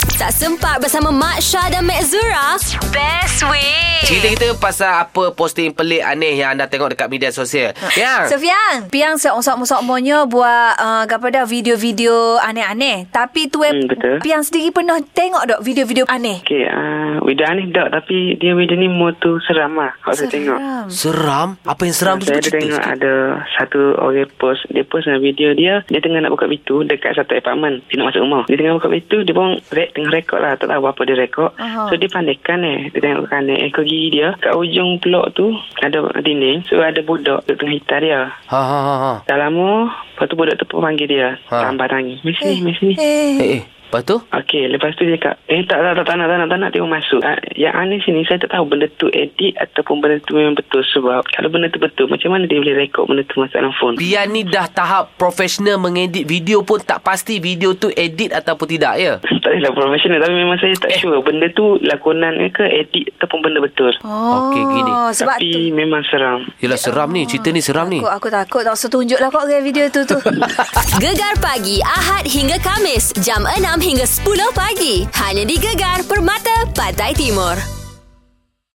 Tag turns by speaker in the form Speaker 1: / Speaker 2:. Speaker 1: Tak sempat bersama Mak Syah dan Mak Zura? Best way.
Speaker 2: Cerita kita pasal apa posting pelik aneh yang anda tengok dekat media sosial. Ya.
Speaker 1: Sofian, piang seongsok-mosok-monyo buat uh, gapada video-video aneh-aneh. Tapi tu eh,
Speaker 3: Hmm, betul.
Speaker 1: piang sendiri pernah tengok dok video-video aneh.
Speaker 3: Okey, uh, video aneh tak tapi dia video ni motor seram lah kalau saya tengok.
Speaker 1: Seram.
Speaker 2: Seram? Apa yang seram tu?
Speaker 3: saya
Speaker 2: Cuba
Speaker 3: ada
Speaker 2: cerita
Speaker 3: tengok eh.
Speaker 2: sikit.
Speaker 3: ada satu orang post Dia post dalam video dia Dia tengah nak buka pintu Dekat satu apartment Dia nak masuk rumah Dia tengah buka pintu Dia pun re- tengah rekod lah Tak tahu apa dia rekod
Speaker 1: Aha.
Speaker 3: So dia pandaikan eh Dia tengok ke kanan Ekor gigi dia Kat ujung blok tu Ada dinding So ada budak Duduk tengah hitar dia
Speaker 2: Ha ha ha. ha.
Speaker 3: Dah lama Lepas tu budak tu pun panggil dia
Speaker 2: Ha.
Speaker 3: Tambah tangi Mari sini, mari sini
Speaker 1: Eh,
Speaker 2: Eh, eh. Lepas tu?
Speaker 3: Okey, lepas tu dia cakap, eh tak, tak, tak, tak nak, tak nak, tak nak, dia pun masuk. Ha, yang aneh sini, saya tak tahu benda tu edit ataupun benda tu memang betul. Sebab kalau benda tu betul, macam mana dia boleh rekod benda tu masuk dalam phone?
Speaker 2: Pian ni dah tahap profesional mengedit video pun tak pasti video tu edit ataupun tidak ya?
Speaker 3: tak adalah profesional, tapi memang saya
Speaker 1: Eh.
Speaker 3: tak sure. Benda tu lakonan ke edit ataupun benda betul.
Speaker 1: Oh,
Speaker 2: Eh, Okey, gini.
Speaker 1: Sebab
Speaker 3: tapi
Speaker 1: tu.
Speaker 3: memang seram.
Speaker 2: Yelah seram ni. Cerita ni seram ni.
Speaker 1: Aku, aku takut tak setunjuk lah kok dengan video tu tu.
Speaker 4: Gegar pagi Ahad hingga Kamis jam 6 hingga 10 pagi hanya di Gegar Permata Pantai Timur.